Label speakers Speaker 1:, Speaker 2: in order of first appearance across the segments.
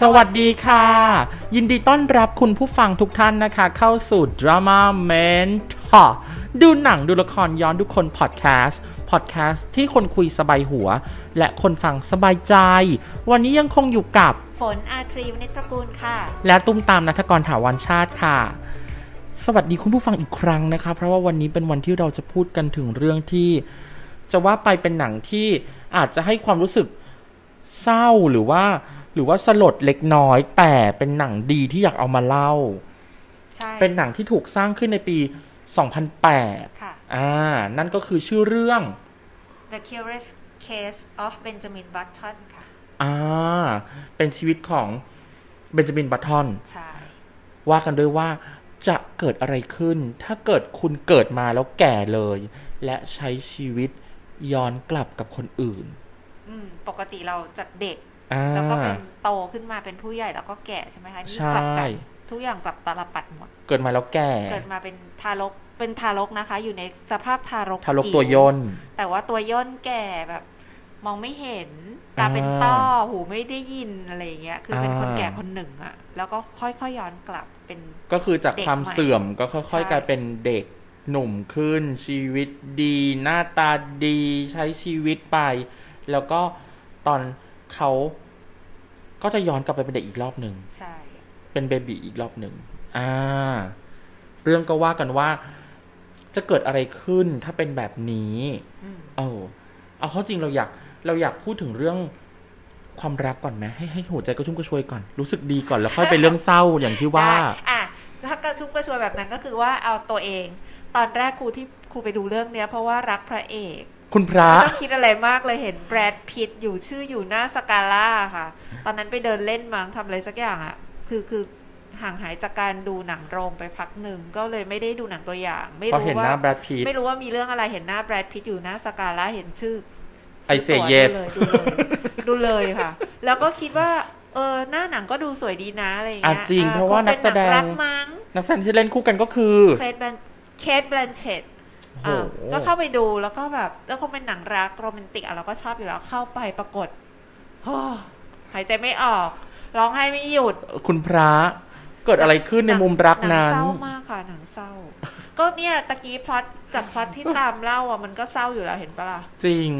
Speaker 1: สวัสดีค่ะ ยินดีต้อนรับคุณผู้ฟังทุกท่านนะคะ เข้าสู่ Drama Mentor ดูหนังดูละครย้อนดูคนพอดแคสต์พอดแคสต์ที่คนคุยสบายหัว และคนฟังสบายใจ วันนี้ยังคงอยู่กับ
Speaker 2: ฝนอาทรีวณิชตระกูลค่ะ
Speaker 1: และตุ้มตามนัทกรถาวรชาติค่ะ สวัสดีคุณผู้ฟังอีกครั้งนะคะ เพราะว่าวันนี้เป็นวันที่เราจะพูดกันถึงเรื่องที่ จะว่าไปเป็นหนังที่อาจจะให้ความรู้สึกเศร้าหรือว่า หรือว่าสลดเล็กน้อย แต่เป็นหนังดีที่อยากเอามาเล่า
Speaker 2: ใช่
Speaker 1: เป็นหนังที่ถูกสร้างขึ้นในปี 2008
Speaker 2: ค่ะ
Speaker 1: อ่านั่นก็คือชื่อเรื่อง
Speaker 2: The Curious Case of Benjamin Button ค่ะ
Speaker 1: อ่าเป็นชีวิตของเบนจามินบัตทอน
Speaker 2: ใช่
Speaker 1: ว่ากันด้วยว่าจะเกิดอะไรขึ้น ถ้าเกิดคุณเกิดมาแล้วแก่เลย และใช้ชีวิตย้อนกลับกับคนอื่น
Speaker 2: อืมปกติเราจากเด็ก
Speaker 1: อ่า
Speaker 2: แล้วก็เป็นโตขึ้นมาเป็นผู้ใหญ่แล้วก็แก่ใช่ไหมคะนี่
Speaker 1: ใช่
Speaker 2: กลักัทุกอย่างกลับตาลปัดหมด
Speaker 1: เกิดมาแล้วแก่
Speaker 2: เกิดมาเป็นทารก เป็นทารกนะคะ อยู่ในสภาพทารก
Speaker 1: ทารก
Speaker 2: จิ๋
Speaker 1: ตัวย่น
Speaker 2: แต่ว่าตัวย่นแก่แบบ มองไม่เห็น ตา
Speaker 1: อ่า
Speaker 2: เป็นต้อ หูไม่ได้ยินอะไรอย่างเงี้ย คือเป็นคน
Speaker 1: อ่า
Speaker 2: แก่คนหนึ่งอะแล้วก็ค่อยๆย้อนกลับเป็น
Speaker 1: ก็คือจาก
Speaker 2: เด็ก
Speaker 1: ความ
Speaker 2: ใหม่
Speaker 1: เสื่อมก็ค่อย
Speaker 2: ใช่
Speaker 1: ๆ กลายเป็นเด็กหนุ่มขึ้น ชีวิตดี หน้าตาดีใช้ชีวิตไป แล้วก็ตอนเขาก็จะย้อนกลับไปเป็นเด็กอีกรอบหนึ่ง
Speaker 2: ใช่
Speaker 1: เป็นเบบีอีกรอบหนึ่ง อ่า เรื่องก็ว่ากันว่า จะเกิดอะไรขึ้นถ้าเป็นแบบนี้
Speaker 2: อืม
Speaker 1: เอาเอาเข้อจริงเราอยาก เราอยากพูดถึงเรื่องความรักก่อนไหมให้ให้หัวใจกระชุ่มกระชวยก่อน รู้สึกดีก่อนแล้วค่อยไปเรื่องเศร้าอย่างที่ ว่า
Speaker 2: ได้อ่ะถ้ากระชุบกระชวยแบบนั้นก็คือว่าเอาตัวเอง ตอนแรกครูที่ครูไปดูเรื่องเนี้ย เพราะว่ารักพระเอก
Speaker 1: คุณพระ
Speaker 2: ไม่ต้องคิดอะไรมากเลยเห็นแบรดพิตต์อยู่ชื่ออยู่หน้าสกาล่าค่ะ ตอนนั้นไปเดินเล่นมั้งทำอะไรสักอย่างอ่ะ คือคือห่างหายจากการดูหนังโรงไปพักหนึ่งก็เลยไม่ได้ดูหนังตัวอย่าง ไม่
Speaker 1: พอ
Speaker 2: รู้
Speaker 1: เห็นห
Speaker 2: ว่า
Speaker 1: น้าแบรดพีท
Speaker 2: ไม่รู้ว่ามีเรื่องอะไรเห็นหน้าแบรดพิตต์อยู่หน้าสกาล่าเห็นชื่อ
Speaker 1: I say
Speaker 2: ซื้ตั๋ว
Speaker 1: yes
Speaker 2: ดูเลยดูเลยดูเลยค่ะ แล้วก็คิดว่า เออหน้าหนังก็ดูสวยดีนะอะไรอย่างเงี้ย
Speaker 1: อ่ะจริง
Speaker 2: อ่
Speaker 1: เพราะว่า
Speaker 2: คงป็
Speaker 1: นักแสดง
Speaker 2: หรักมั้ง
Speaker 1: นักแสดงที่เล่นคู่กันก็คือ
Speaker 2: เคทแบนเคทแบนเชต
Speaker 1: โอ้โห
Speaker 2: ก็เข้าไปดูแล้วก็แบบแล้วคงเป็นหนังรักโรแมนติกอ่ะเราก็ชอบอยู่แล้วเข้าไปปรากฏ เฮ้อหายใจไม่ออก ร้องไห้ไม่หยุด
Speaker 1: คุณพระ เกิดอะไรขึ้นใน
Speaker 2: หง
Speaker 1: มุมรัก
Speaker 2: หนัง
Speaker 1: นั้น
Speaker 2: เศร้ามากค่ะหนังเศร้า ก็เนี่ยตะกี้พล็อตจากพล็อตที่ตามเล่าอ่ะมันก็เศร้าอยู่แล้วเห็นปะล่ะ
Speaker 1: จริง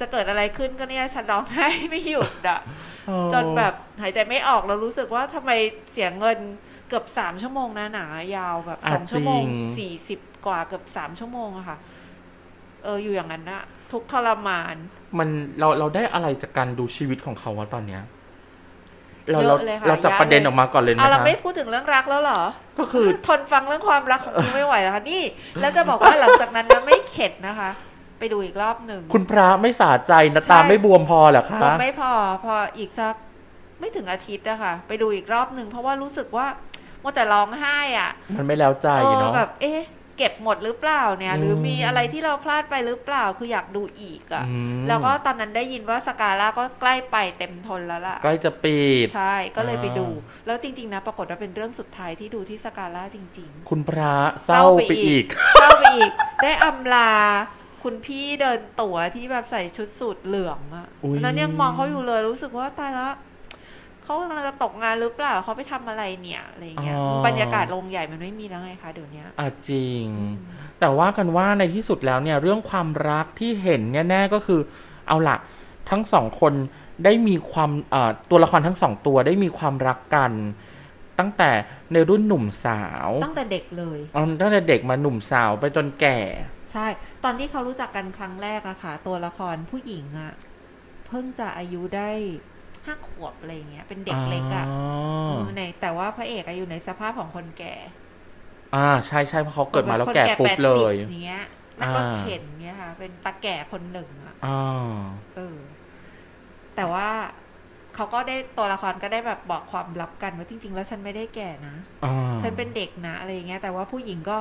Speaker 2: จะเกิดอะไรขึ้นก็เนี่ยฉันร้องไห้ไม่หยุดอ่ะ
Speaker 1: เออ
Speaker 2: จนแบบหายใจไม่ออกแล้วรู้สึกว่าทำไมเสียเงินเกือบสามชั่วโมงนะหนายาวแบบ
Speaker 1: ะ
Speaker 2: สองชั่วโมง
Speaker 1: จริง
Speaker 2: สี่สิบกว่าเกือบสามชั่วโมงอะค่ะ เอออยู่อย่างนั้นนะทุกข์ทรมาน
Speaker 1: มันเราเราได้อะไรจากการดูชีวิตของเขาวะตอนเนี้ยเรา
Speaker 2: เย
Speaker 1: เรา
Speaker 2: อะเลยค่ะ
Speaker 1: เราจับ
Speaker 2: เยอะเลย
Speaker 1: ประเด็นออกมาก่อนเลยนะ
Speaker 2: เอาเรา
Speaker 1: คะ
Speaker 2: ไม่พูดถึงเรื่องรักแล้วเหรอ
Speaker 1: ก็คือ
Speaker 2: ทนฟังเรื่องความรักของคุณไม่ไหวแล้วค่ะนี่ แล้วจะบอกว่าหลังจากนั้นนะไม่เข็ดนะคะ ไปดูอีกรอบหนึ่ง
Speaker 1: คุณพระไม่สาใจนะ
Speaker 2: ใช่
Speaker 1: ตาไม่บวมพอเหรอคะ
Speaker 2: ลดไม่พอพออีกสักไม่ถึงอาทิตย์นะคะไปดูอีกรอบหนึ่งเพราะว่ารู้สึกว่ามัวแต่ร้องไห้อ่ะ
Speaker 1: มันไม่แล้วใจ
Speaker 2: เออ
Speaker 1: เนาะ
Speaker 2: แบบ เอ๊ะ เก็บหมดหรือเปล่าเนี่ย
Speaker 1: อืม
Speaker 2: หรือมีอะไรที่เราพลาดไปหรือเปล่า คืออยากดูอีกอะ่ะ
Speaker 1: อืม
Speaker 2: แล้วก็ตอนนั้นได้ยินว่าสกาล่าก็ใกล้ไปเต็มทนแล้วล่ะ
Speaker 1: ใกล้จะปิด
Speaker 2: ใช่ ก็เลยไปดู
Speaker 1: อ่
Speaker 2: แล้วจริง ๆ นะ ปรากฏว่าเป็นเรื่องสุดท้ายที่ดูที่สกาล่าจริง ๆ
Speaker 1: คุณพระเศร้าไปอีก
Speaker 2: เศร้าไปอีก ได้อำลา คุณพี่เดินตั๋วที่แบบใส่ชุดสูทเหลืองอะ
Speaker 1: อุ๊ย
Speaker 2: แล้วยังมองเขาอยู่เลยรู้สึกว่าตายแล้วเขากำลังจะตกงานหรือเปล่าเขาไปทำอะไรเนี่ยอะไรอย่างเงี้ยบรรยากาศโรงใหญ่มันไม่มีแล้วไงคะเดี๋ยวเนี้ย
Speaker 1: อ่ะจริง แต่ว่ากันว่าในที่สุดแล้วเนี่ย เรื่องความรักที่เห็นเนี่ยแน่ก็คือ เอาละทั้งสองคนได้มีความเอ่อตัวละครทั้งสองตัวได้มีความรักกัน ตั้งแต่ในรุ่นหนุ่มสาว
Speaker 2: ตั้งแต่เด็กเลย
Speaker 1: เอาตั้งแต่เด็กมาหนุ่มสาวไปจนแก่
Speaker 2: ใช่ ตอนที่เขารู้จักกันครั้งแรกอะค่ะ ตัวละครผู้หญิงอะเพิ่งจะอายุได้ห้าขวบอะไรอย่างเงี้ยเป็นเด็กเล็กอะเออในแต่ว่าพระเอกอายุในสภาพของคนแก่
Speaker 1: อ่าใช่ใช่เพราะเขาเกิดมาแล้ว
Speaker 2: คน
Speaker 1: แก่ปุ๊บ
Speaker 2: 80
Speaker 1: เลย
Speaker 2: อย่างเงี้ยนั่งรถ
Speaker 1: อ่า
Speaker 2: เข็นเงี้ยค่ะ เป็นตาแก่คนหนึ่งอะ
Speaker 1: อ่า
Speaker 2: เออ แต่ว่าเขาก็ได้ตัวละครก็ได้แบบบอกความลับกันว่าจริง ๆ แล้วฉันไม่ได้แก่นะ
Speaker 1: อ่า
Speaker 2: ฉันเป็นเด็กนะอะไรอย่างเงี้ย แต่ว่าผู้หญิงก็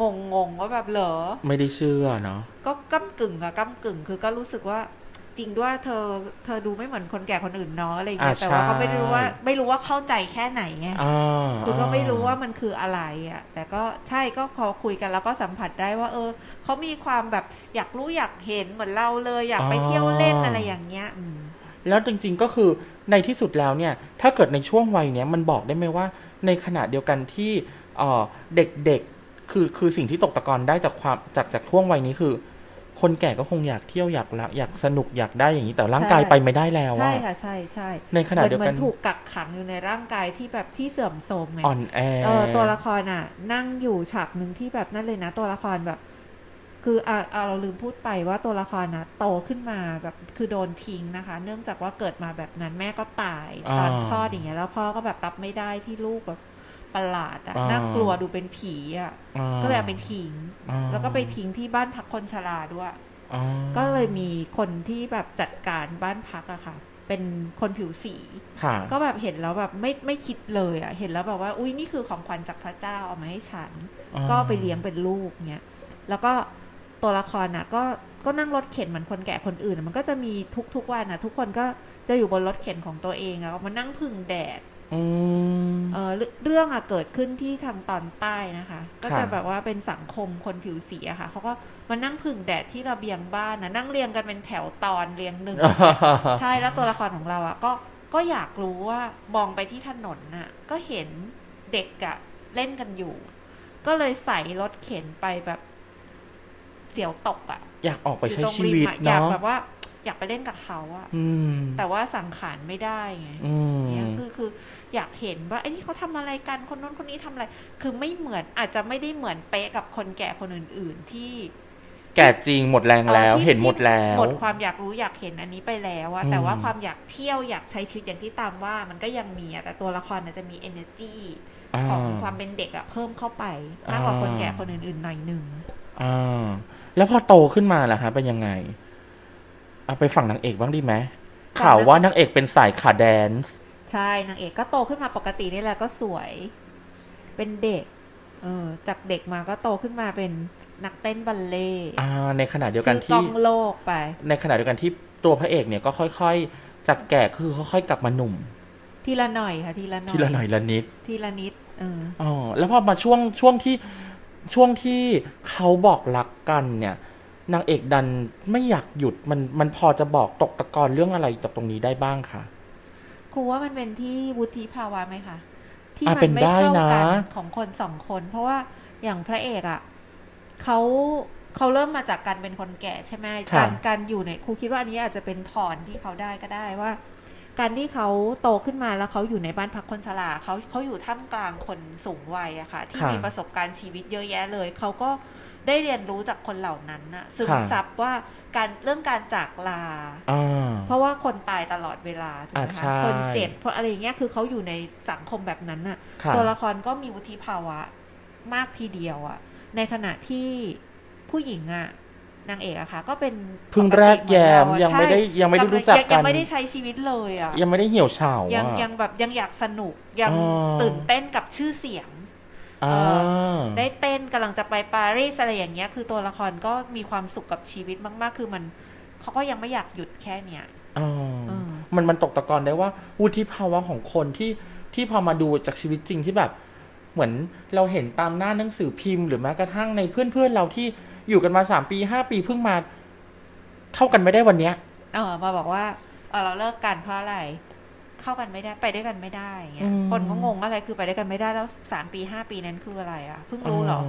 Speaker 2: งงงๆว่าแบบเหรอ
Speaker 1: ไม่ได้เชื่อเนาะ
Speaker 2: ก็ก้ำกึ่งอะก้ำกึ่งคือก็รู้สึกว่า จริงด้วยเธอเธอดูไม่เหมือนคนแก่คนอื่นเนาะอะไรอย่างเงี้ย
Speaker 1: อ่า
Speaker 2: แต่ว่า
Speaker 1: ใช่
Speaker 2: ก็ไม่รู้ว่าไม่รู้ว่าเข้าใจแค่ไหนไง
Speaker 1: อ่า
Speaker 2: คือก็ไม่รู้ว่ามันคืออะไรอะแต่ก็ใช่ก็พอคุยกันแล้วก็สัมผัสได้ว่า เออเขามีความแบบอยากรู้อยากเห็นเหมือนเราเลย อยากไปเที่ยวเล่นอะไรอย่างเงี้ย อืม
Speaker 1: แล้วจริงๆก็คือในที่สุดแล้วเนี่ย ถ้าเกิดในช่วงวัยเนี้ยมันบอกได้ไหมว่า ในขณะเดียวกันที่เอ่อเด็กๆคือคือสิ่งที่ตกตะกอนได้จากความจากจากช่วงวัยนี้คือ คนแก่ก็คงอยากเที่ยวอยากละอยากสนุกอยากได้อย่างนี้แต่ร่างกาย
Speaker 2: ใช่
Speaker 1: ไปไม่ได้แล้ว
Speaker 2: ใช่
Speaker 1: อะ
Speaker 2: ค่ะใช่ใช่
Speaker 1: ในข
Speaker 2: เห
Speaker 1: ณะ
Speaker 2: มือน
Speaker 1: เดียว
Speaker 2: เหมื
Speaker 1: กั
Speaker 2: อน นถูกกักขังอยู่ในร่างกายที่แบบที่เสื่อมโทรมไง
Speaker 1: อ่อนแอ
Speaker 2: เออตัวละครอ่ะ นั่งอยู่ฉากหนึ่งที่แบบนั่นเลยนะ ตัวละครแบบ คืออ่ะเอาเราลืมพูดไปว่าตัวละครนะโตขึ้นมาแบบคือโดนทิ้งนะคะ เนื่องจากว่าเกิดมาแบบนั้นแม่ก็ตาย
Speaker 1: อ่า
Speaker 2: ตอนคลอดอย่างเงี้ยแล้วพ่อก็แบบรับไม่ได้ที่ลูกแบบประหลาดอ่ะ
Speaker 1: อ่า
Speaker 2: น่ากลัวดูเป็นผีอ่ะ
Speaker 1: อ่า
Speaker 2: ก็เลยเอาไปทิ้ง
Speaker 1: อ่า
Speaker 2: แล้วก็ไปทิ้งที่บ้านพักคนชราด้วย
Speaker 1: อ๋อ
Speaker 2: ก็เลยมีคนที่แบบจัดการบ้านพักอะค่ะ เป็นคนผิวสี
Speaker 1: ค่ะ
Speaker 2: ก็แบบเห็นแล้วแบบไม่ไม่คิดเลยอะ่ะ เห็นแล้วแบบว่า อุ้ยนี่คือของขวัญจากพระเจ้าเอามาให้ฉัน
Speaker 1: อ่า
Speaker 2: ก็ไปเลี้ยงเป็นลูกเนี่ยแล้วก็ตัวละครน่ะ ก็ก็นั่งรถเข็นเหมือนคนแก่คนอื่นอะมันก็จะมีทุกทุกๆวันนะทุกคนก็จะอยู่บนรถเข็นของตัวเองอะมานั่งพึ่งแดด
Speaker 1: อืม
Speaker 2: เออเรื่องเรื่องอะเกิดขึ้นที่ทางตอนใต้นะคะ ก็จะ
Speaker 1: ค่ะ
Speaker 2: แบบว่าเป็นสังคมคนผิวสีอะค่ะเขาก็มานั่งพึ่งแดดที่ระเบียงบ้านนะนั่งเรียงกันเป็นแถวตอนเรียงหนึ่ ง ใช่แล้วตัวละครของเราอ่ะก็ก็อยากรู้ว่ามองไปที่ถนนน่ะ ก็เห็นเด็กอะเล่นกันอยู่ ก็เลยใส่รถเข็นไปแบบเสียวตกอะ
Speaker 1: อยากออกไป
Speaker 2: อยู่
Speaker 1: ใช้
Speaker 2: ตรง
Speaker 1: ชี
Speaker 2: ริม
Speaker 1: วิต
Speaker 2: อะอยาก
Speaker 1: เนาะ
Speaker 2: แบบว่า อยากไปเล่นกับเขาอะ
Speaker 1: อืม
Speaker 2: แต่ว่าสังขารไม่ได้ไง
Speaker 1: อืม
Speaker 2: เนี่ยคือคืออยากเห็นว่าไอ้นี่เขาทำอะไรกันคนโน้นคนนี้ทำอะไร คือไม่เหมือนอาจจะไม่ได้เหมือนเป๊ะกับคนแก่คนอื่น ๆ ที่
Speaker 1: แก่จริงหมดแรงแล้ว
Speaker 2: ออที่
Speaker 1: เห็นหมดแล้ว
Speaker 2: ที่หมดความอยากรู้อยากเห็นอันนี้ไปแล้วอะ
Speaker 1: อืม
Speaker 2: แต่ว่าความอยากเที่ยวอยากใช้ชีวิตอย่างที่ตามว่ามันก็ยังมีอะแต่ตัวละครน่ะจะมี energy
Speaker 1: อ่า
Speaker 2: ของความเป็นเด็กอะเพิ่มเข้าไป มากกว่า
Speaker 1: อ่า
Speaker 2: คนแก่คนอื่นๆหน่อยหนึ่ง
Speaker 1: อ่าแล้วพอโตขึ้นมาล่ะฮะเป็นยังไงเอาไปฝั่งนางเอกบ้างดีไหมข่าวว่านางเอกเป็นสายขาแดนซ์
Speaker 2: ใช่นางเอกก็โตขึ้นมาปกตินี่แหละก็สวย เป็นเด็กเออจากเด็กมาก็โตขึ้นมาเป็นนักเต้นบัลเล่ต์
Speaker 1: อ่า ในขณะเดียวกัน
Speaker 2: ชื่อกล้
Speaker 1: ที่
Speaker 2: องโลกไป
Speaker 1: ในขณะเดียวกันที่ตัวพระเอกเนี่ยก็ค่อยๆ จากแก่คือค่อยๆกลับมาหนุ่ม
Speaker 2: ทีละหน่อยค่ะ ทีละหน่อย
Speaker 1: ทีละหน่อยละนิด
Speaker 2: ทีละนิดเออ
Speaker 1: อ๋อแล้วพอมาช่วงช่วงที่ช่วงที่เขาบอกรักกันเนี่ย นางเอกดันไม่อยากหยุดมันมันพอจะบอกตกตะกอนเรื่องอะไรจากตรงนี้ได้บ้างคะ
Speaker 2: ครูว่ามันเป็นที่วุฒิภาวะไหมคะ ที่
Speaker 1: อ่ะ
Speaker 2: มั
Speaker 1: เป็น
Speaker 2: ไม่
Speaker 1: ได้นะ
Speaker 2: เข้ากัของคนสองคน เพราะว่าอย่างพระเอกอะ่ะเขาเขาเริ่มมาจากการเป็นคนแก่ใช่ไหมการการอยู่ในครูคิดว่าอันนี้อาจจะเป็นถอนที่เขาได้ก็ได้ว่า การที่เขาโตขึ้นมาแล้วเขาอยู่ในบ้านพักคนชราเขาเขาอยู่ท่ามกลางคนสูงวัยอะค่ะ ที่
Speaker 1: ค่ะ
Speaker 2: มีประสบการณ์ชีวิตเยอะแยะเลย เขาก็ได้เรียนรู้จากคนเหล่านั้นนะซึม
Speaker 1: ค่ะ
Speaker 2: ซับว่าการเรื่องการจากลา
Speaker 1: อ่า
Speaker 2: เพราะว่าคนตายตลอดเวลาถูกไหม
Speaker 1: อ่ะใช่
Speaker 2: คะคนเจ็บเพราะอะไรอย่างเงี้ยคือเขาอยู่ในสังคมแบบนั้นน่ะ
Speaker 1: ค่ะ
Speaker 2: ตัวละครก็มีวุฒิภาวะมากทีเดียวอะในขณะที่ผู้หญิงอะนางเอกอะค่ะก็เป็น
Speaker 1: เพิ่งแรกแยม
Speaker 2: ปติเหอน
Speaker 1: ยั
Speaker 2: เราอะ
Speaker 1: งไม่ได้
Speaker 2: ใช่
Speaker 1: ยังไม่ได้รู้จักกัน
Speaker 2: ยังไม่ได้ใช้ชีวิตเลยอะ
Speaker 1: ยังไม่ได้เหี่ยวเฉาอะ
Speaker 2: ยังยังแบบยังอยากสนุกยัง
Speaker 1: อ๋อ
Speaker 2: ตื่นเต้นกับชื่อเสียง
Speaker 1: อ่า
Speaker 2: ได้เต้นกำลังจะไปปารีสอะไรอย่างเงี้ย คือตัวละครก็มีความสุขกับชีวิตมาก ๆ คือมันเขาก็ยังไม่อยากหยุดแค่เนี้ย
Speaker 1: อ่า
Speaker 2: อืม
Speaker 1: มันมันตกตะกอนได้ว่าวุฒิภาวะของคนที่ที่พอมาดูจากชีวิตจริงที่แบบ เหมือนเราเห็นตามหน้าหนังสือพิมพ์หรือแม้กระทั่งในเพื่อนเพื่อนๆเราที่อยู่กันมาสามปีห้าปีเพิ่งมา เท่ากันไม่ได้วันเนี้ย
Speaker 2: เออมาบอกว่าเออเราเลิกกันเพราะอะไร เข้ากันไม่ได้ไปด้วยกันไม่ได้อย่างเงี้
Speaker 1: อื
Speaker 2: ย
Speaker 1: ม
Speaker 2: คนก็งงว่าอะไรคือไปด้วยกันไม่ได้แล้วสามปีห้าปีนั้นคืออะไรอ่ะเพิ่งรู้เหรอ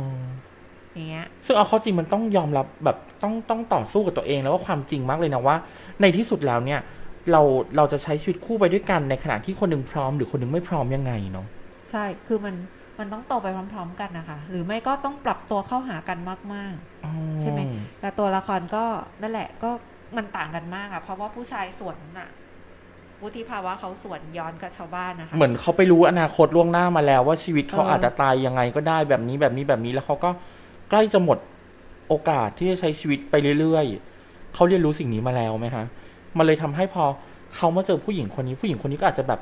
Speaker 2: อย่างเงี้ย
Speaker 1: ซึ่งเอาเข้อจริงมันต้องยอมรับแบบต้องต้องต่อสู้กับตัวเองแล้วก็ความจริงมากเลยนะว่า ในที่สุดแล้วเนี่ย เราเราจะใช้ชีวิตคู่ไปด้วยกันในขณะที่คนหนึ่งพร้อมหรือคนหนึ่งไม่พร้อมยังไงเนาะ
Speaker 2: ใช่คือมันมันต้องโตไปพร้อม ๆ กันนะคะ หรือไม่ก็ต้องปรับตัวเข้าหากันมาก ๆ ใช่ไหมแต่ตัวละครก็นั่นแหละก็มันต่างกันมากอ่ะ เพราะว่าผู้ชายส่วนน่ะวุฒิภาวะเขาส่วนย้อนกับชาวบ้านนะคะ
Speaker 1: เหมือนเขาไปรู้อนาคตล่วงหน้ามาแล้วว่าชีวิตเขา
Speaker 2: เอออ
Speaker 1: อาจจะตายยังไงก็ได้แบบนี้แบบนี้แบบนี้แล้วเขาก็ใกล้จะหมดโอกาสที่จะใช้ชีวิตไปเรื่อยๆเขาเรียนรู้สิ่งนี้มาแล้วไหมฮะมันเลยทำให้พอเขามาเจอผู้หญิงคนนี้ผู้หญิงคนนี้ก็อาจจะแบบ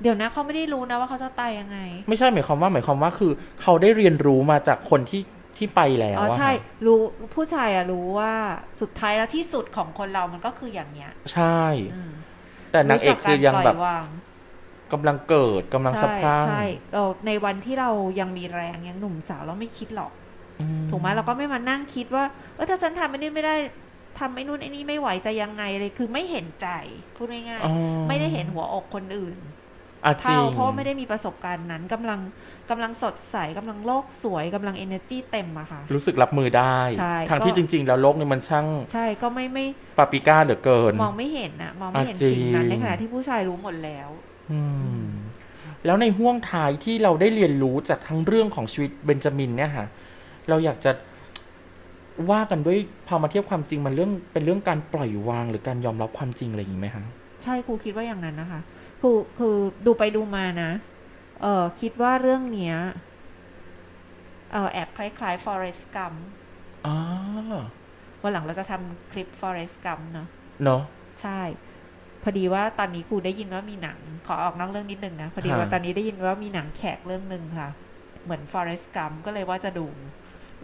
Speaker 2: เดี๋ยวนะเขาไม่ได้รู้นะว่าเขาจะตายยังไง
Speaker 1: ไม่ใช่หมายความว่าหมายความว่าคือเขาได้เรียนรู้มาจากคนที่ที่ไปแล้ว
Speaker 2: อ๋อ
Speaker 1: อะ
Speaker 2: ใช่
Speaker 1: ฮะ
Speaker 2: รู้ผู้ชายอะรู้ว่าสุดท้ายแล้วที่สุดของคนเรามันก็คืออย่างเนี้ย
Speaker 1: ใช่
Speaker 2: อืม
Speaker 1: แต่นางเอกคือยังแบบ
Speaker 2: รู้จักการปล่อยวาง
Speaker 1: กำลังเกิดกำลังสะ
Speaker 2: ใช่
Speaker 1: พรั่ง
Speaker 2: ใช่เออในวันที่เรายังมีแรงยังหนุ่มสาวเราไม่คิดหรอก
Speaker 1: อื
Speaker 2: ถูกไหมเราก็ไม่มานั่งคิดว่าเออถ้าฉันทำอันนี้ไม่ได้ ทำไอ้นู่นไอ้นี่ไม่ไหวจะยังไงเลยคือไม่เห็นใจพูดง่าย
Speaker 1: อ๋อ
Speaker 2: ๆไม่ได้เห็นหัวอกคนอื่น
Speaker 1: อ่ะจริ
Speaker 2: เท่าง เพราะไม่ได้มีประสบการณ์นั้นกำลังกำลังสดใสกำลังโลกสวยกำลังเอเนอร์จีเต็มอะค่ะ
Speaker 1: รู้สึกรับมือได้
Speaker 2: ใช่
Speaker 1: ทาง
Speaker 2: ก็
Speaker 1: ที่จริง ๆ แล้วโลกนี่มันช่าง
Speaker 2: ใช่ก็ไม่ไม่
Speaker 1: ปาปริก้าเหลือเกิน
Speaker 2: มองไม่เห็นนะมองไม่เห็น
Speaker 1: อ่ะจริง
Speaker 2: สิ่งนั้นในขณะที่ผู้ชายรู้หมดแล้ว
Speaker 1: อืมแล้วในห่วงท้ายที่เราได้เรียนรู้จากทั้งเรื่องของชีวิตเบนจามินเนี่ยค่ะ เราอยากจะว่ากันด้วยพอมาเทียบความจริงมันเรื่องเป็นเรื่องการปล่อยวางหรือการยอมรับความจริงอะไรอย่างนี้ไหมคะ
Speaker 2: ใช่ครูคิดว่าอย่างนั้นนะคะครูคือดูไปดูมานะ เออคิดว่าเรื่องเนี้ยเออแอบคล้ายๆ Forest Gump
Speaker 1: อ๋อ
Speaker 2: วันหลังเราจะทำคลิป Forest Gump เนาะ
Speaker 1: เนาะ
Speaker 2: ใช่ พอดีว่าตอนนี้ครูได้ยินว่ามีหนัง ขอออกนอกเรื่องนิดนึงนะ พอดี
Speaker 1: ฮะ
Speaker 2: ว่าตอนนี้ได้ยินว่ามีหนังแขกเรื่องหนึ่งค่ะ เหมือน Forest Gump ก็เลยว่าจะดู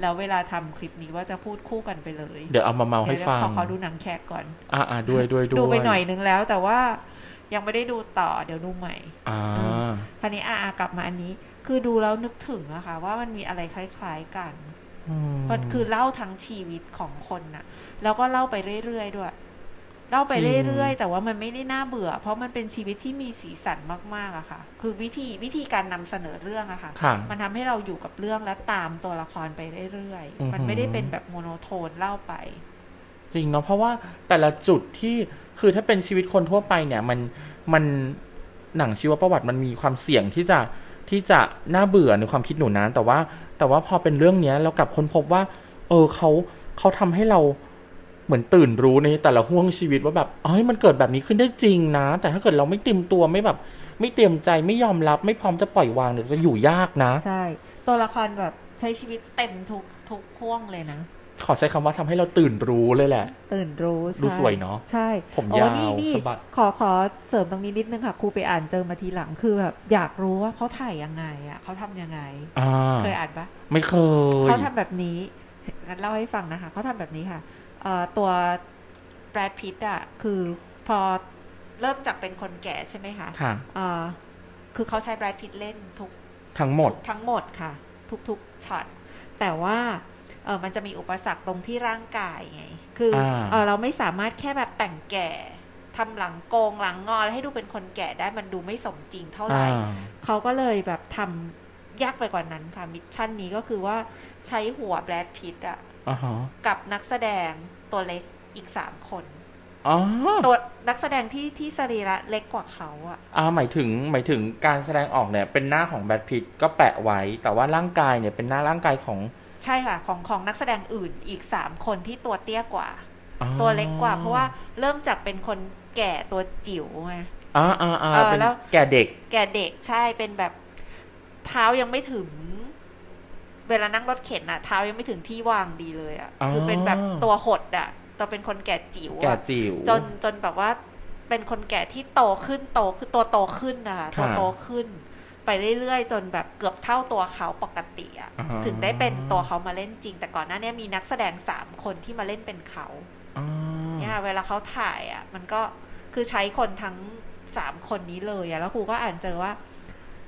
Speaker 2: แล้วเวลาทำคลิปนี้ว่าจะพูดคู่กันไปเลย
Speaker 1: เดี๋ยวเอามาเมาให้
Speaker 2: เดี๋ยว
Speaker 1: ฟัง
Speaker 2: ขอขอดูหนังแขกก่อน
Speaker 1: อ่าอ่าด้วยด้วยด้วย
Speaker 2: ดูไปหน่อยนึงแล้ว แต่ว่ายังไม่ได้ดูต่อเดี๋ยวดูใหม่
Speaker 1: อ่า
Speaker 2: คราวนี้อาอากลับมาอันนี้ คือดูแล้วนึกถึงนะคะ ว่ามันมีอะไรคล้ายๆกัน
Speaker 1: อืม
Speaker 2: มันคือเล่าทั้งชีวิตของคนน่ะ แล้วก็เล่าไปเรื่อยๆด้วย เล่าไปเรื่อยๆ แต่ว่ามันไม่ได้น่าเบื่อ เพราะมันเป็นชีวิตที่มีสีสันมากๆอะค่ะ คือวิธีวิธีการนำเสนอเรื่องอะค่ะ
Speaker 1: ค่ะ
Speaker 2: มันทำให้เราอยู่กับเรื่องและตามตัวละครไปเรื่อย
Speaker 1: อือหื
Speaker 2: ๆ
Speaker 1: อ
Speaker 2: มันไม่ได้เป็นแบบโมโนโทนเล่าไป
Speaker 1: จริงเนาะเพราะว่าแต่ละจุดที่คือถ้าเป็นชีวิตคนทั่วไปเนี่ย มันมันหนังชีวประวัติมันมีความเสี่ยงที่จะที่จะน่าเบื่อในความคิดหนูนะแต่ว่า แต่ว่าพอเป็นเรื่องเนี้ยเรากลับค้นพบว่า เออเขาเขาทำให้เราเหมือนตื่นรู้ในแต่ละห่วงชีวิตว่าแบบเอ้ยมันเกิดแบบนี้ขึ้นได้จริงนะ แต่ถ้าเกิดเราไม่เตรียมตัวไม่แบบ ไม่เตรียมใจไม่ยอมรับ ไม่พร้อมจะปล่อยวางเนี่ยจะอยู่ยากนะ
Speaker 2: ใช่ ตัวละครแบบใช้ชีวิตเต็มทุกทุกห่วงเลยนะ
Speaker 1: ขอใช้คำว่าทำให้เราตื่นรู้เลยแหละ
Speaker 2: ตื่นรู้ใช่
Speaker 1: ดูสวยเนอะ
Speaker 2: ใช่
Speaker 1: ผ
Speaker 2: อ๋อย
Speaker 1: มาว
Speaker 2: นี่นี่
Speaker 1: สะบัด
Speaker 2: ขอขอเสริมตรงนี้นิดนึงค่ะครูไปอ่านเจอมาทีหลังคือแบบอยากรู้ว่าเขาถ่ายยังไงอ่ะเขาทำยังไง
Speaker 1: อ่า
Speaker 2: เคยอ่านปะ
Speaker 1: ไม่เคย
Speaker 2: เขาทำแบบนี้งั้นเล่าให้ฟังนะคะเขาทำแบบนี้ค่ะเอ่อตัวแบรดพิตอ่ะคือพอเริ่มจากเป็นคนแก่ใช่ไหมคะ
Speaker 1: ค่ะ
Speaker 2: เอ่อคือเขาใช้แบรดพิตเล่นทุก
Speaker 1: ทั้งหมด
Speaker 2: ทั้งหมดค่ะ ทุกๆช็อตแต่ว่าเออมันจะมีอุปสรรคตรงที่ร่างกายไง คืออา เออเราไม่สามารถแค่แบบแต่งแก่ทำหลังโกงหลังงอแล้วให้ดูเป็นคนแก่ได้มันดูไม่สมจริงเท่าไหร่
Speaker 1: อ่า
Speaker 2: เขาก็เลยแบบทำยากไปกว่านั้นค่ะมิชชั่นนี้ก็คือว่าใช้หัวแบรดพิตอะ
Speaker 1: อ่าฮะ
Speaker 2: กับนักแสดงตัวเล็กอีกสามคน
Speaker 1: อ๋อ
Speaker 2: ตัวนักแสดงที่ที่สรีระเล็กกว่าเขาอะ
Speaker 1: อ่าหมายถึงหมายถึงการแสดงออกเนี่ยเป็นหน้าของแบทพิตก็แปะไว้ แต่ว่าร่างกายเนี่ยเป็นหน้าร่างกายของ
Speaker 2: ใช่ค่ะของของนักแสดงอื่นอีกสามคนที่ตัวเตี้ยกว่า
Speaker 1: อ๋อ
Speaker 2: ตัวเล็กกว่าเพราะว่าเริ่มจากเป็นคนแก่ตัวจิ๋วไง
Speaker 1: อ่าอ่าอ่า
Speaker 2: เออ
Speaker 1: เป็น
Speaker 2: แล้ว
Speaker 1: แก่เด็ก
Speaker 2: แก่เด็กใช่เป็นแบบเท้ายังไม่ถึง เวลานั่งรถเข็นอะเท้ายังไม่ถึงที่วางดีเลยอะ
Speaker 1: อ๋อ
Speaker 2: คือเป็นแบบตัวหดอะตัวเป็นคนแก่จิ๋ว
Speaker 1: แก่
Speaker 2: อะ
Speaker 1: จิ๋ว
Speaker 2: จนจนแบบว่าเป็นคนแก่ที่โตขึ้นโตคือตัวโตขึ้นนะคะตัว
Speaker 1: ค่ะ
Speaker 2: โตขึ้น ไปเรื่อยๆ จนแบบเกือบเท่าตัวเขาปกติอะ
Speaker 1: อ่า
Speaker 2: ถึงได้เป็นตัวเขามาเล่นจริง แต่ก่อนหน้าเนี้ยมีนักแสดงสามคนที่มาเล่นเป็นเขา
Speaker 1: อ่า
Speaker 2: เนี่ยเวลาเขาถ่ายอ่ะ มันก็คือใช้คนทั้งสามคนนี้เลยอ่ะแล้วครูก็อ่านเจอว่า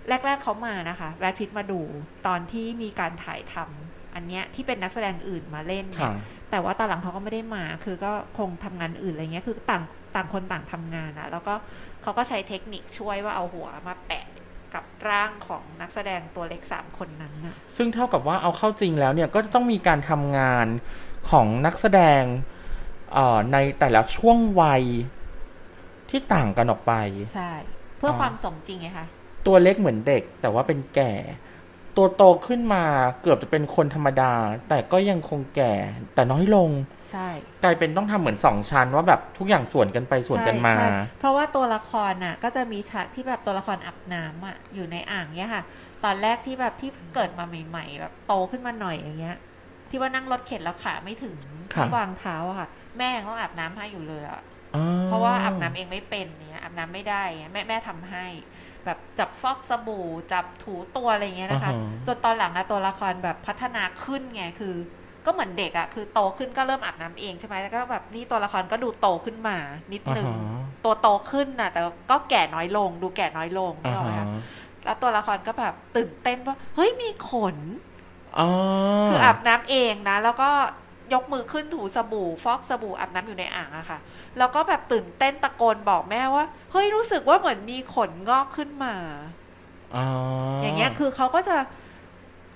Speaker 2: แรก ๆเขามานะคะแบรดพิตมาดูตอนที่มีการถ่ายทำอันเนี้ยที่เป็นนักแสดงอื่นมาเล่นเนี่
Speaker 1: ค่ะ
Speaker 2: ยแต่ว่าตอนหลังเขาก็ไม่ได้มา คือก็คงทำงานอื่นอะไรเงี้ยคือต่างต่างคนต่างทำงานอะแล้วก็เขาก็ใช้เทคนิคช่วยว่าเอาหัวมาแปะกับร่างของนักแสดงตัวเล็กสามคนนั้นน่ะ
Speaker 1: ซึ่งเท่ากับว่าเอาเข้าจริงแล้วเนี่ยก็ต้องมีการทำงานของนักแสดงเอ่อในแต่ละช่วงวัยที่ต่างกันออกไป
Speaker 2: ใช่ เพื่อความสมจริงไงคะ
Speaker 1: ตัวเล็กเหมือนเด็กแต่ว่าเป็นแก่ ตัวโตขึ้นมาเกือบจะเป็นคนธรรมดา แต่ก็ยังคงแก่แต่น้อยลง
Speaker 2: ใช่
Speaker 1: กลายเป็นต้องทำเหมือนสองชั้นว่าแบบทุกอย่างส่วนกันไปส่วนกันมา
Speaker 2: ใช่ใช่เพราะว่าตัวละครน่ะ ก็จะมีฉากที่แบบตัวละครอาบน้ำอ่ะอยู่ในอ่างเนี้ยค่ะ ตอนแรกที่แบบที่เกิดมาใหม่ ๆ แบบโตขึ้นมาหน่อยอย่างเงี้ย ที่ว่านั่งรถเข็นแล้วขาไม่ถึง
Speaker 1: ค่ะ
Speaker 2: ที่วางเท้าอะค่ะ แม่ยังต้องอาบน้ำให้อยู่เลยอะ
Speaker 1: อ๋อ
Speaker 2: เพราะว่าอาบน้ำเองไม่เป็นเนี่ยอาบน้ำไม่ได้เงี้ยแม่แม่ทำให้ แบบจับฟอกสบู่จับถูตัวอะไรเงี้ยนะคะ
Speaker 1: อ่าฮ
Speaker 2: จนตอนหลังอะตัวละครแบบพัฒนาขึ้นไงคือ ก็เหมือนเด็กอะคือโตขึ้นก็เริ่มอาบน้ำเองใช่ไหมแล้วก็แบบนี่ตัวละครก็ดูโตขึ้นมานิด
Speaker 1: อ่า
Speaker 2: นึง
Speaker 1: ฮะ
Speaker 2: ตัวโตขึ้นนะแต่ก็แก่น้อยลง ดูแก่น้อยลง
Speaker 1: อ่า
Speaker 2: นึกออกไหม
Speaker 1: ฮะ
Speaker 2: คะแล้วตัวละครก็แบบตื่นเต้นว่า เฮ้ยมีขน
Speaker 1: อ๋อ
Speaker 2: คืออาบน้ำเองนะ แล้วก็ ยกมือขึ้นถูสบู่ ฟอกสบู่อาบน้ำอยู่ในอ่างอะค่ะ แล้วก็แบบตื่นเต้นตะโกนบอกแม่ว่า เฮ้ยรู้สึกว่าเหมือนมีขนงอกขึ้นมา
Speaker 1: อ๋อ
Speaker 2: อ
Speaker 1: อ
Speaker 2: ย่างเงี้ยคือเขาก็จะ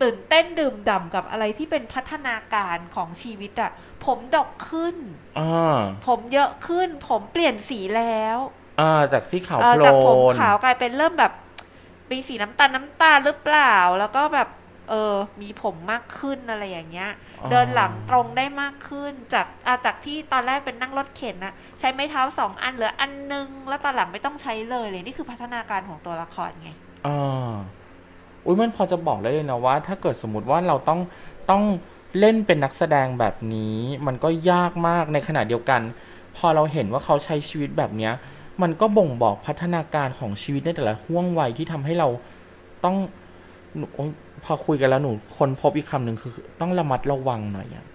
Speaker 2: ตื่นเต้นดื่มด่ำกับอะไรที่เป็นพัฒนาการของชีวิตอะผมดกขึ้น
Speaker 1: อ่า
Speaker 2: ผมเยอะขึ้น ผมเปลี่ยนสีแล้ว
Speaker 1: อ่าจากที่ขาว
Speaker 2: เอ่อ
Speaker 1: โพล
Speaker 2: จากผม
Speaker 1: น
Speaker 2: ขาวกลายเป็นเริ่มแบบมีสีน้ำตาลน้ำตาลหรือเปล่า แล้วก็แบบเออมีผมมากขึ้นอะไรอย่างเงี้ย
Speaker 1: อ๋อ
Speaker 2: เดินหลังตรงได้มากขึ้น จากอ่ะจากที่ตอนแรกเป็นนั่งรถเข็นนะใช้ไม้เท้าสองอันเหลืออันนึง แล้วตอนหลังไม่ต้องใช้เลยเลยนี่คือพัฒนาการของตัวละครไง
Speaker 1: อ่าอุ้ยมันพอจะบอกได้เลยนะว่า ถ้าเกิดสมมติว่าเราต้องต้องเล่นเป็นนักแสดงแบบนี้ มันก็ยากมากในขณะเดียวกัน พอเราเห็นว่าเขาใช้ชีวิตแบบเนี้ย มันก็บ่งบอกพัฒนาการของชีวิตในแต่ละห่วงวัยที่ทำให้เราต้องหนูโอ๊ยพอคุยกันแล้วหนูคนพบอีกคำหนึ่งคือต้องระมัดระวังหน่อยอะ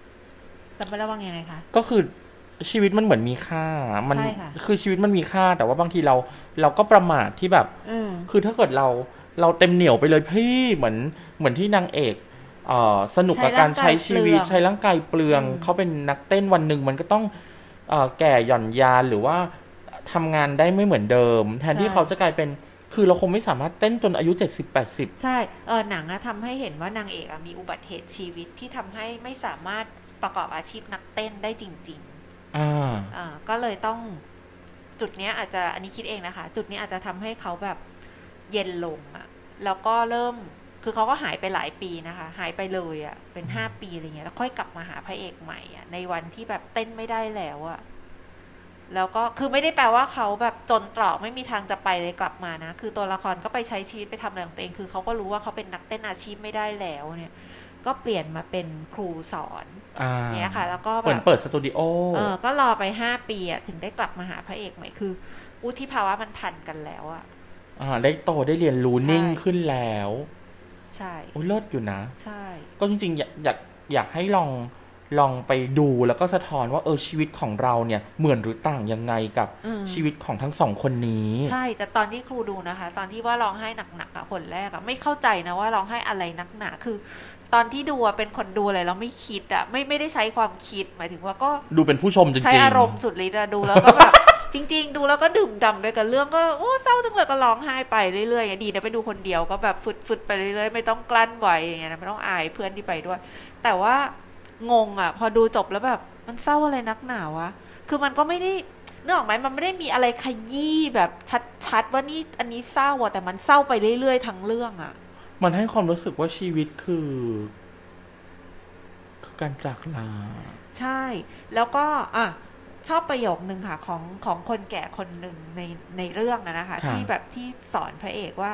Speaker 2: แต่ไม่ระวังยังไงคะ
Speaker 1: ก็คือชีวิตมันเหมือนมีค่า มั
Speaker 2: ใช่ค่ะ
Speaker 1: คือชีวิตมันมีค่า แต่ว่าบางทีเราเราก็ประมาทที่แบบ
Speaker 2: อืม
Speaker 1: คือถ้าเกิดเราเราเต็มเหนียวไปเลยพี่เหมือนเหมือนที่นางเอกเอ่อสนุกกับการใช้ชีวิต
Speaker 2: ใช้
Speaker 1: ใช้
Speaker 2: ร่างกายเปลือง
Speaker 1: ร่างกายเปลือง
Speaker 2: อืม
Speaker 1: เขาเป็นนักเต้นวันหนึ่งมันก็ต้องเอ่อแก่หย่อนยานหรือว่าทำงานได้ไม่เหมือนเดิม แทนที่เขาจะกลายเป็น คือเราคงไม่สามารถเต้นจนอายุเจ็ดสิบแปดสิบ
Speaker 2: ใช่ เออหนังอะทำให้เห็นว่านางเอกอะมีอุบัติเหตุชีวิตที่ทำให้ไม่สามารถประกอบอาชีพนักเต้นได้จริง
Speaker 1: อ่า
Speaker 2: ๆอ่าก็เลยต้องจุดเนี้ยอาจจะอันนี้คิดเองนะคะ จุดนี้อาจจะทำให้เขาแบบเย็นลงอะแล้วก็เริ่มคือเขาก็หายไปหลายปีนะคะ หายไปเลยอะเป็นห้าปีอะไรเงี้ยแล้วค่อยกลับมาหาพระเอกใหม่อะในวันที่แบบเต้นไม่ได้แล้วอะแล้วก็คือไม่ได้แปลว่าเขาแบบจนตรอกไม่มีทางจะไปเลยกลับมานะ คือตัวละครก็ไปใช้ชีวิตไปทำอะไรของตัวเอง คือเขาก็รู้ว่าเขาเป็นนักเต้นอาชีพไม่ได้แล้วเนี่ย ก็เปลี่ยนมาเป็นครูสอน
Speaker 1: อ่า
Speaker 2: เนี้ยค่ะ แล้วก็
Speaker 1: เห
Speaker 2: แบ
Speaker 1: มือน
Speaker 2: บ
Speaker 1: เปิดสตูดิโอ
Speaker 2: เออ ก็รอไปห้าปีอะถึงได้กลับมาหาพระเอกใหม่คือวุฒิภาวะมันทันกันแล้วอะ
Speaker 1: อ่าได้โตได้เรียนรู้
Speaker 2: ใช่
Speaker 1: นิ่งขึ้นแล้ว
Speaker 2: ใช่
Speaker 1: โอ้ยเลิศอยู่นะ
Speaker 2: ใช่
Speaker 1: ก็จริงๆ อยากอยากอยากให้ลองลองไปดูแล้วก็สะท้อนว่าเออชีวิตของเราเนี่ยเหมือนหรือต่างยังไงกับ
Speaker 2: อืม
Speaker 1: ชีวิตของทั้งสองคนนี้
Speaker 2: ใช่ แต่ตอนที่ครูดูนะคะ ตอนที่ว่าร้องไห้หนักๆอะคนแรกอะไม่เข้าใจนะว่าร้องไห้อะไรนักหนาคือ ตอนที่ดูอะเป็นคนดูอะไรแล้วไม่คิดอะไม่ไม่ได้ใช้ความคิดหมายถึงว่าก็
Speaker 1: ดูเป็นผู้ชมจริงๆ
Speaker 2: ใช้อารมณ์สุดฤทธิ์อะดูแล้วก็แบบ จริง ๆ ดูแล้วก็ดื่มด่ำไปกับเรื่องก็โอ้เศร้าจังเลยก็ร้องไห้ไปเรื่อยๆอย่างดีนะไปดูคนเดียวก็แบบฟึดๆไปเรื่อยๆไม่ต้องกลั้นไหวอย่างเงี้ยนะไม่ต้องอายเพื่อนที่ไปด้วย แต่ว่างงอ่ะ พอดูจบแล้วแบบมันเศร้าอะไรนักหนาวะคือมันก็ไม่ได้นึกออกไหมมันไม่ได้มีอะไรขยี้แบบชัดๆว่านี่อันนี้เศร้าอะแต่มันเศร้าไปเรื่อยๆทั้งเรื่องอ่ะ
Speaker 1: มันให้ความรู้สึกว่าชีวิตคือ คือการจากลา
Speaker 2: ใช่ แล้วก็อ่ะชอบประโยคนึงค่ะของของคนแก่คนหนึ่งในในเรื่องอะนะคะ
Speaker 1: ค่ะ
Speaker 2: ที่แบบที่สอนพระเอกว่า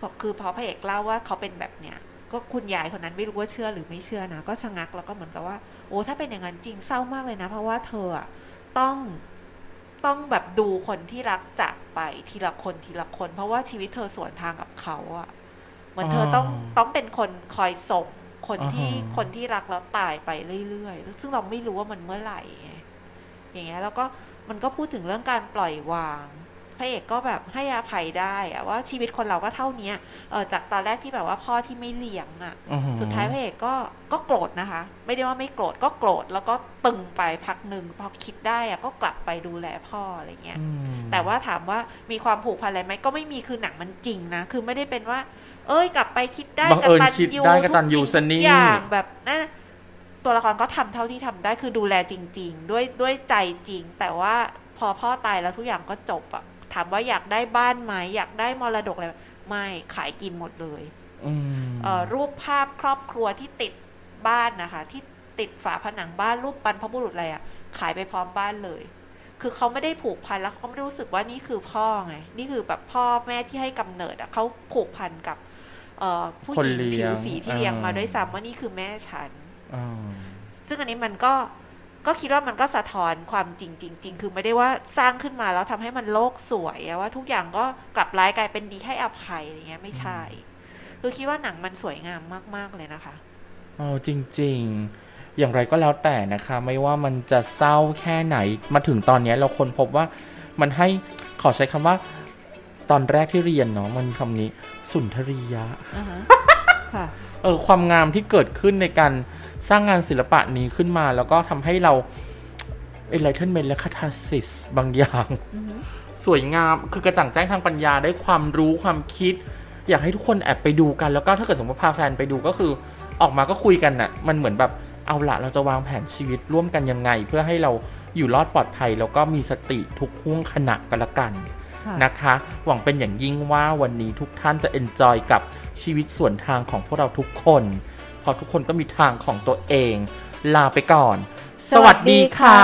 Speaker 2: บอกคือพอพระเอกเล่าว่าเขาเป็นแบบเนี้ยก็คุณยายคนนั้นไม่รู้ว่าเชื่อหรือไม่เชื่อนะ ก็ชะงักแล้วก็เหมือนกับว่า โอ้ถ้าเป็นอย่างนั้นจริงเศร้ามากเลยนะ เพราะว่าเธออะต้องต้องแบบดูคนที่รักจากไปทีละคนทีละคน เพราะว่าชีวิตเธอสวนทางกับเขาอะเหมือนเธอต้องต้องเป็นคนคอยส่งคนที่
Speaker 1: อ่าฮะ
Speaker 2: คน ที่รักแล้วตายไปเรื่อยๆ ซึ่งเราไม่รู้ว่ามันเมื่อไหร่ไงอย่างเงี้ยแล้วก็มันก็พูดถึงเรื่องการปล่อยวาง พระเอกก็แบบให้อภัยได้อะว่าชีวิตคนเราก็เท่าเนี้ยเออจากตอนแรกที่แบบว่าพ่อที่ไม่เลี้ยงอะ
Speaker 1: อือหือ
Speaker 2: สุดท้ายพระเอกก็ก็โกรธนะคะ ไม่ได้ว่าไม่โกรธก็โกรธแล้วก็ตึงไปพักหนึ่งพอคิดได้อะก็กลับไปดูแลพ่ออะไรเงี้ย
Speaker 1: อืม
Speaker 2: แต่ว่าถามว่ามีความผูกพันอะไรไหมก็ไม่มีคือหนังมันจริงนะ คือไม่ได้เป็นว่า เอ้ย กลับไปคิดได้
Speaker 1: บังเอิญ
Speaker 2: กตัญ
Speaker 1: คิดได้กตันยู
Speaker 2: ทุ
Speaker 1: ส
Speaker 2: สิ่งทุ
Speaker 1: นี่
Speaker 2: อย่างแบบนั่นน่ะตัวละครก็ทำเท่าที่ทำได้คือดูแลจริง ๆ ด้วยด้วยใจจริง แต่ว่าพอพ่อตายแล้วทุกอย่างก็จบอะถามว่าอยากได้บ้านไหมอยากได้มรดกอะไรไหมไม่ขายกินหมดเลย
Speaker 1: อืม
Speaker 2: เอ่อรูปภาพครอบครัวที่ติดบ้านนะคะ ที่ติดฝาผนังบ้านรูปบรรพบุรุษอะไรอะ่ะ ขายไปพร้อมบ้านเลย คือเขาไม่ได้ผูกพันแล้วเขาก็ไม่ได้รู้สึกว่านี่คือพ่อไง นี่คือแบบพ่อแม่ที่ให้กำเนิดอะ่ะเขาผูกพันกับเอ่อผู้หญิงผิวสีที่เลี้ยงมาด้วยซ้ำว่านี่คือแม่ฉัน
Speaker 1: อ่า
Speaker 2: ซึ่งอันนี้มันก็ก็คิดว่ามันก็สะท้อนความจริงจริงๆคือไม่ได้ว่าสร้างขึ้นมาแล้วทำให้มันโลกสวยอะว่าทุกอย่างก็กลับร้ายกลายเป็นดีให้อภัยอะไรเงี้ยไม่ใช่ คือคิดว่าหนังมันสวยงามมากๆเลยนะคะ
Speaker 1: เออจริง ๆ อย่างไรก็แล้วแต่นะคะ ไม่ว่ามันจะเศร้าแค่ไหนมาถึงตอนเนี้ยเราคนพบว่ามันให้ขอใช้คำว่า ตอนแรกที่เรียนเนาะมันคำนี้ สุนทรียะ
Speaker 2: ค่ะ
Speaker 1: เออความงามที่เกิดขึ้นในการ สร้างงานศิลปะนี้ขึ้นมา แล้วก็ทำให้เรา enlightenment และ catharsis บางอย่าง
Speaker 2: อือหือ
Speaker 1: สวยงามคือกระจ่างแจ้งทางปัญญาได้ความรู้ความคิด อยากให้ทุกคนแอบไปดูกัน แล้วก็ถ้าเกิดสมมติพาแฟนไปดูก็คือออกมาก็คุยกันน่ะ มันเหมือนแบบเอาละเราจะวางแผนชีวิตร่วมกันยังไง เพื่อให้เราอยู่รอดปลอดภัย แล้วก็มีสติทุกห่วงขณะกันละกัน
Speaker 2: ค่ะ
Speaker 1: นะคะ หวังเป็นอย่างยิ่งว่าวันนี้ทุกท่านจะ enjoy กับชีวิตส่วนทางของพวกเราทุกคน เพราะทุกคนก็มีทางของตัวเอง ลาไปก่อน สวัสดีค่ะ